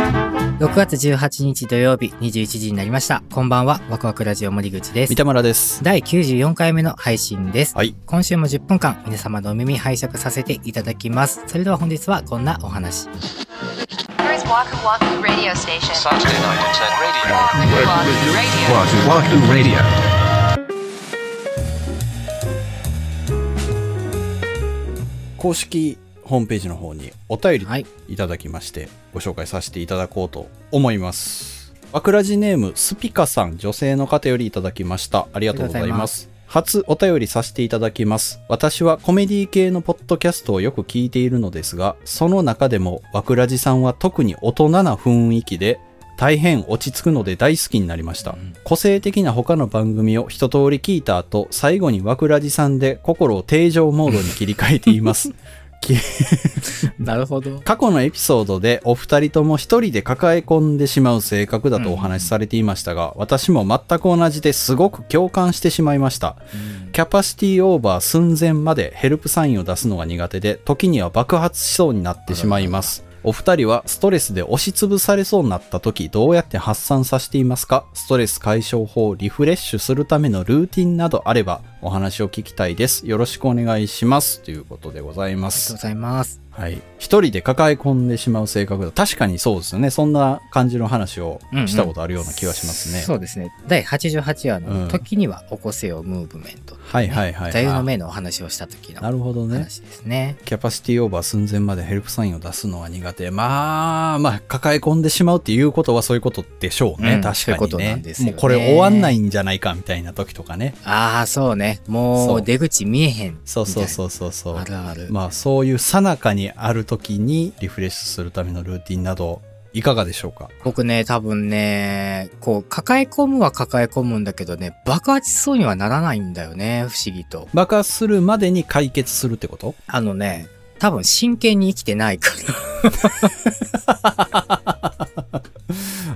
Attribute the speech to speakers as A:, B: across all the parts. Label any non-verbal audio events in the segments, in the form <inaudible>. A: 6月18日土曜日21時になりました。こんばんは、ワクワクラジオ森口です
B: 三。田村です。
A: 第94回目の配信です。
B: はい。
A: 今週も10分間、皆様のお耳拝借させていただきます。それでは本日はこんなお
B: <laughs>
A: 話。
C: Here is Waku Waku Radio Station.
D: Saturday night at 10 radio.
C: Waku Waku Radio.
E: Wazoo Wahoo Radio.
B: 公式ホームページの方にお便
A: はい
B: りいただきまして、ご紹介させていただこうと思います。わくらじネーム、スピカさん、女性の方よりいただきました。ありがとうございます。初お便りさせていただきます。私はコメディ系のポッドキャストをよく聞いているのですが、その中でもわくらじさんは特に大人な雰囲気で、大変落ち着くので大好きになりました、個性的な他の番組を一通り聞いた後最後にわくらじさんで心を定常モードに切り替えていますき
A: なるほど。
B: 過去のエピソードでお二人とも一人で抱え込んでしまう性格だとお話しされていましたが、私も全く同じですごく共感してしまいました、キャパシティオーバー寸前までヘルプサインを出すのが苦手で時には爆発しそうになってしまいますお二人はストレスで押しつぶされそうになった時どうやって発散させていますかストレス解消法リフレッシュするためのルーティンなどあればお話を聞きたいですよろしくお願いしますということでございま
A: ありがと
B: す
A: うございます。
B: はい。一人で抱え込んでしまう性格だ。確かにそうですよね。そんな感じの話をしたことあるような気がしますね。
A: そうですね。第88話の、
B: うん
A: 時には起こせよムーブメント。
B: はいはいはい。
A: 座右の銘のお話をした時
B: あな
A: の
B: るほどね。
A: 話ですね。
B: キャパシティオーバー寸前までヘルプサインを出すのは苦手。まあ、まあ、抱え込んでしまうっていうことはそういうことでしょう
A: う
B: ね。
A: ん
B: 確
A: そういうこ
B: か
A: と
B: に
A: なん
B: ね
A: ですよね
B: もうこれ終わんないんじゃないかみたいな時とかね。
A: ああ、そうね。も
B: そうう
A: 出口見えへん。
B: そうそうそうそうそう
A: あ。るある。
B: まあ、そういう最中にある時にリフレッシュするためのルーティンなど、いかがでしょうか
A: 僕ね、多分ね、こう、抱え込むは抱え込むんだけどね、爆発しそうにはならないんだよね、不思議と。
B: 爆発するまでに解決するってこと
A: あのね、多分真剣に生きてないから。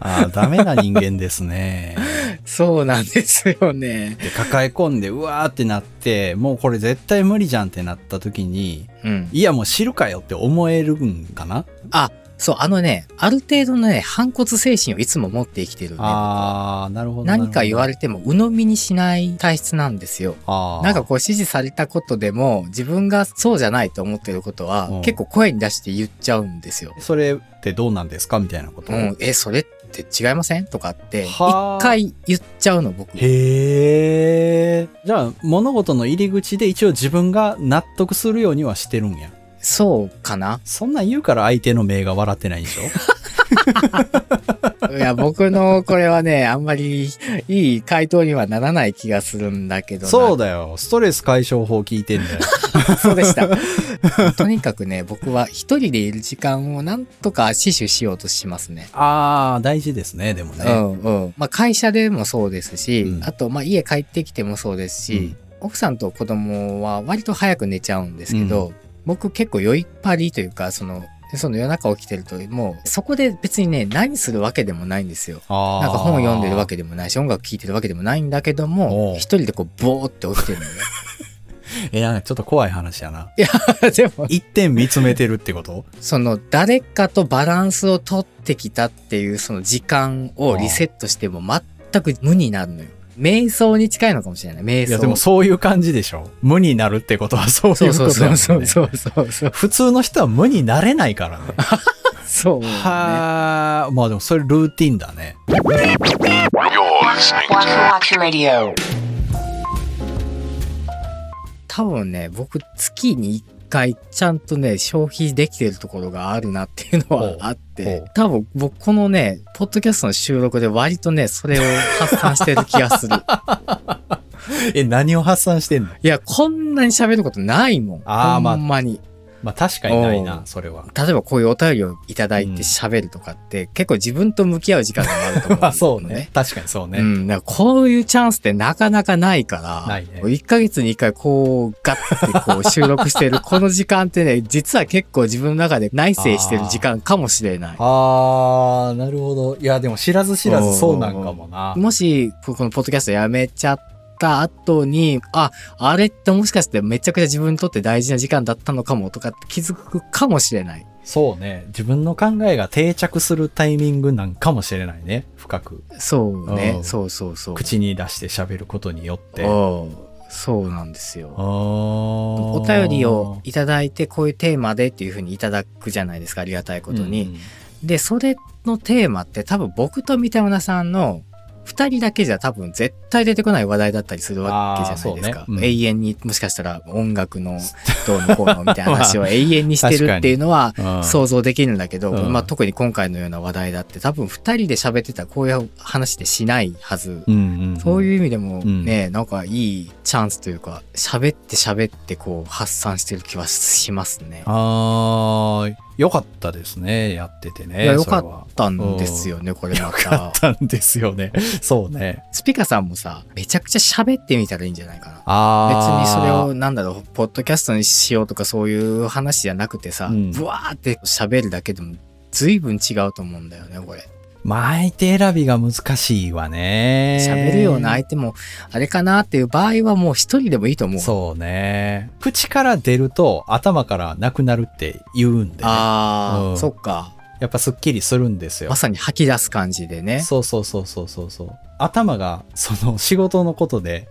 B: ああ、ダメな人間ですね。
A: <laughs> そうなんですよね。
B: で、抱え込んで、うわーってなって、もうこれ絶対無理じゃんってなった時に、
A: うん。
B: いやもう知るかよって思えるんかな、
A: あ、そう、あのね、ある程度のね、反骨精神をいつも持って生きてるね。
B: あー、なるほど。
A: 何か言わ
B: れ
A: れても鵜呑みにしない体質なんですよ。
B: あー
A: なんかこう指示されたことでも自分がそうじゃないと思ってることは
B: うん
A: 結構声に出して言っちゃうんですよ。
B: それってどうなんですかみたいなこと。
A: うん、え、それって違いませんとかって、
B: は
A: 一
B: あ
A: 回言っちゃうの、僕。
B: へー。じゃあ、物事の入り口で一応自分が納得するようにはしてるんや。
A: そうかな
B: そんなん言うから相手の目が笑ってないん
A: <laughs>
B: でしょ
A: い
B: <laughs>
A: や、僕のこれはね、あんまりいい回答にはならない気がするんだけどな。
B: そうだよ。ストレス解消法聞いて
A: <laughs>
B: んだよ。
A: そうで
B: <laughs>
A: した。とにかくね、僕は一人でいる時間をなんとか死守しようとしますね。
B: あー、大事ですね、でもね。
A: うんうん。まあ会社でもそうですし、
B: うん
A: あとまあ家帰ってきてもそうですし、
B: うん
A: 奥さんと子供は割と早く寝ちゃうんですけど、僕結構酔いっぱりというか、その、その夜中起きてると、もうそこで別にね、何するわけでもないんですよ。
B: あー
A: なんか本読んでるわけでもないし、音楽聴いてるわけでもないんだけど
B: お
A: も、
B: う
A: 一人でこう、ぼーって起きてる
B: <laughs>
A: のね。
B: え、なんかちょっと怖い話やな。
A: でも、
B: 一点見つめてるってこと
A: その誰かとバランスを取ってきたっていうその時間をリセットしても全く無になるのよ。瞑想に近いのかも <laughs> しれない。瞑
B: い
A: 想。
B: や、でもそういう感じでしょ。無になるってことはそういうこ
A: そう
B: とだ
A: そ
B: も
A: うんそうそう
B: ね。
A: そうそうそう。
B: 普通の人は無になれないから
A: <laughs>
B: ね。
A: そう、ね。
B: はあ、まあでもそれルーティンだね。
C: Waku Waku Radio.
A: 多分ね、僕月に1回ちゃんとね、消費できてるところがあるなっていうの
B: ほ
A: は
B: う
A: あっ
B: ほ
A: て
B: う、
A: 多分僕このね、ポッドキャストの収録で割とね、それを発散してる気が
B: <laughs>
A: する。
B: え、何を発散してんの
A: いや、こんなに喋ることないもん。
B: あーまあ
A: ほんまに。
B: まあ確かにないな
A: お、う
B: それは。
A: 例えばこういうお便りをいただいて喋るとかって、結構自分と向き合う時間があると思うんだよ
B: <laughs> まあそうね。。確かにそう
A: う
B: ね。
A: ん、だからこういうチャンスってなかなかないから、
B: ないね
A: 1ヶ月に1回こうガッてこう収録してるこの時間って
B: <laughs>
A: ね、実は結構自分の中で内省してる時間かもしれない。
B: ああ、なるほど。いや、でも知らず知らずそうなんかもな。
A: もし、ここのポッドキャストやめちゃった後に、あ、あれってもしかしてめちゃくちゃ自分にとって大事な時間だったのかもとかって気づくかもしれない。
B: そうね。自分の考えが定着するタイミングなんかもしれないね。深く。
A: そう
B: う
A: ね
B: ん。
A: そうそうそう。
B: 口に出して喋ることによって。
A: うんそうなんですよ。
B: お
A: お便りをいただいてこういうテーマでっていうふうにいただくじゃないですかありがたいことに。でそれのテーマって多分僕と三田村さんの2人だけじゃ多分絶対出てこない話題だったりするわけじゃないです
B: あー
A: か、
B: そうねうん
A: 永遠にもしかしたら音楽のどうのこうのみたいな話を永遠にしてるっていうのは
B: うん
A: 想像できるんだけど、
B: うん
A: まあ、特に今回のような話題だって多分2人で喋ってたらこういう話ってしないはず
B: うんうんうん、
A: そう
B: う
A: いう意味でもね、なんかいいチャンスというか、喋って喋ってこう発散してる気はしますね。あ
B: あーよかったですねやっててね
A: いやよ
B: それは
A: ったんですよね、これま
B: あ
A: た
B: っ。たんですよねそうね
A: スピカさんもさ、めちゃくちゃ喋ってみたらいいんじゃないかな。別
B: ああ
A: にそれをなんだろうポッドキャストにしようとかそういう話じゃなくてさ、
B: うん
A: ブワーって喋るだけでも随分違うと思うんだよねこれ
B: まあ相手選びが難しいわね
A: 喋るような相手もあれかなっていう場合はもう一人でもいいと思う
B: そうね口から出ると頭からなくなるって言うんで、ね、
A: ああ、
B: うん
A: そっか
B: やっぱすっきりするんですよ
A: まさに吐き出す感じでね
B: そうそうそうそうそうそう頭がその仕事のことで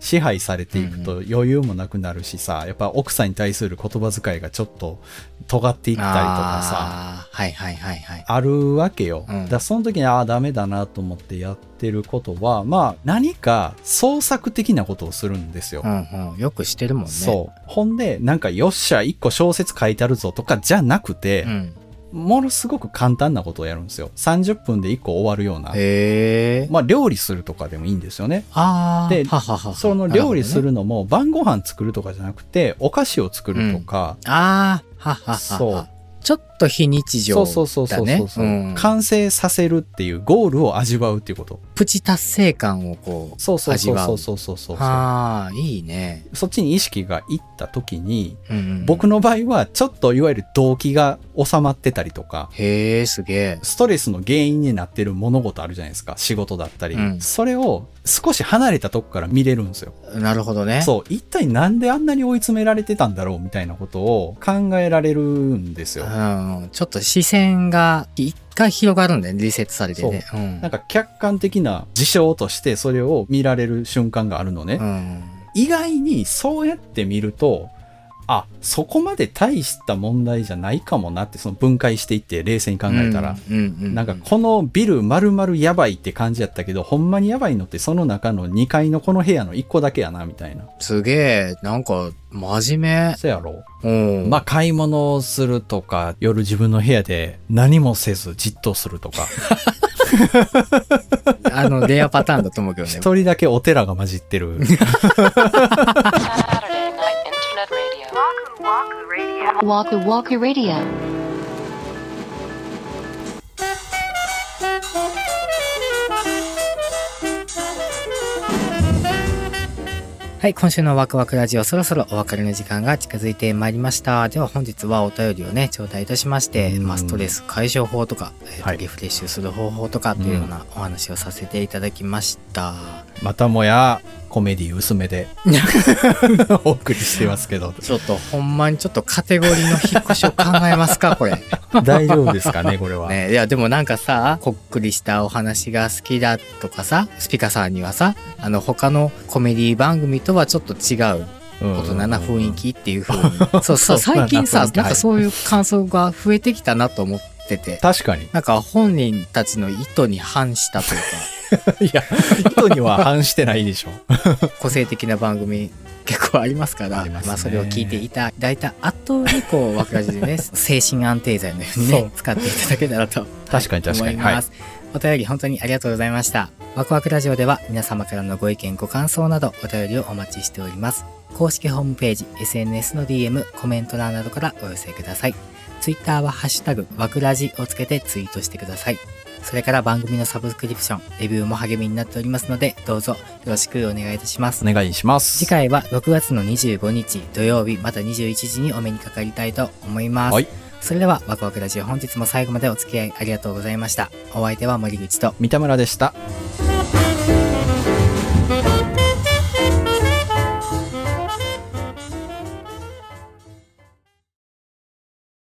B: 支配されていくと余裕もなくなるしさ、やっぱ奥さんに対する言葉遣いがちょっと尖っていったりとかさ
A: あーはいはいはいはい
B: あるわけよ、
A: うん
B: だからその時にああダメだなと思ってやってることはまあ何か創作的なことをするんですよ、
A: うんうんよくしてるもんね
B: そうほんでなんかよっしゃ一個小説書いてあるぞとかじゃなくて
A: う、ん、
B: ものすごく簡単なことをやるんですよ30分で一個終わるような
A: へえ
B: まあ料理するとかでもいいんですよね
A: ああ
B: で
A: はははは
B: その料理す
A: なほどね
B: るのも晩ご飯作るとかじゃなくてお菓子を作るとか、
A: ああはははは
B: そう
A: ちょっと非日常だ
B: そう
A: ね
B: そうそうそうそうそう、
A: うん
B: 完成させるっていうゴールを味わうっていうこと
A: プチ達成感をこう
B: そうそう
A: 味
B: そう
A: わ
B: そううそうそうそう
A: ああいいね、
B: そっちに意識がいった時に
A: うんうん
B: 僕の場合はちょっといわゆる動機が収まってたりとか
A: へえすげえ
B: ストレスの原因になってる物事あるじゃないですか仕事だったり、
A: うん
B: それを少し離れたとこから見れるんですよ
A: なるほどね
B: そう一体なんであんなに追い詰められてたんだろうみたいなことを考えられるんですよ
A: ん、ちょっと視線が一回広がるんだよねリセットされてねうん
B: なんか客観的な事象としてそれを見られる瞬間があるのね。
A: うん
B: 意外にそうやって見ると、あ、そこまで大した問題じゃないかもなって、その分解していって冷静に考えたら。、
A: うんうんうん、
B: なんかこのビル丸々やばいって感じやったけど、ほんまにやばいのってその中の2階のこの部屋の1個だけやな、みたいな。
A: すげえなんか真面
B: そやろ
A: 目うん
B: まあ買い物をするとか、夜自分の部屋で何もせずじっとするとか、
A: あの、レアパターンだと思うけど
B: 一
A: ね。
B: <laughs> 人だけお寺が混じってる。
C: Saturday Night Internet Radio. Waku Waku Radio. Waku Waku Radio.
A: はい、今週のワクワクラジオ、そろそろお別れの時間が近づいてまいりました。では本日はお便りをね、頂戴いたしまして、
B: うん
A: まあ、ストレス解消法とか、えーと
B: はい
A: リフレッシュする方法とかというようなお話をさせていただきました。
B: またもやコメディ薄めで <laughs> お送りしてますけど
A: ちょっとほんまにちょっとカテゴリーの引っ越しを考えます <laughs> か、これ。
B: <laughs> 大丈夫ですかねこれは、
A: ね、いやでもなんかさこっくりしたお話が好きだとかさスピカさんにはさあの他のコメディ番組とはちょっと違う
B: うん
A: 大人な雰囲気っていう風にそうそう最近さ
B: 大人な雰囲気
A: なんかそういう感想が増えてきたなと思ってて
B: 確かに <laughs> い
A: なんか本人たちの意図に反したという
B: や意図には反してないで <laughs> しょ
A: か個性的な番組 <laughs> 結構ありますから
B: ありますね
A: あ、それを聞いていただいた後にこう枠ラジでね
B: <laughs>
A: 精神安定剤のように
B: そ
A: ね
B: う
A: 使っていただけたらと
B: 確かに確
A: 思
B: か
A: い
B: には
A: ま
B: い
A: す、お便り本当にありがとうございましたワクワクラジオでは皆様からのご意見ご感想などお便りをお待ちしております公式ホームページ SNS の DM コメント欄などからお寄せください Twitter は「ハッシュタグワクラジ」をつけてツイートしてくださいそれから番組のサブスクリプションレビューも励みになっておりますのでどうぞよろしくお願いいたします
B: お願いします
A: 次回は6月の25日土曜日また21時にお目にかかりたいと思います、
B: はい
A: それではワクワクラジオ本日も最後までお付き合いありがとうございましたお相手は森口と
B: 三田村でした
C: Waku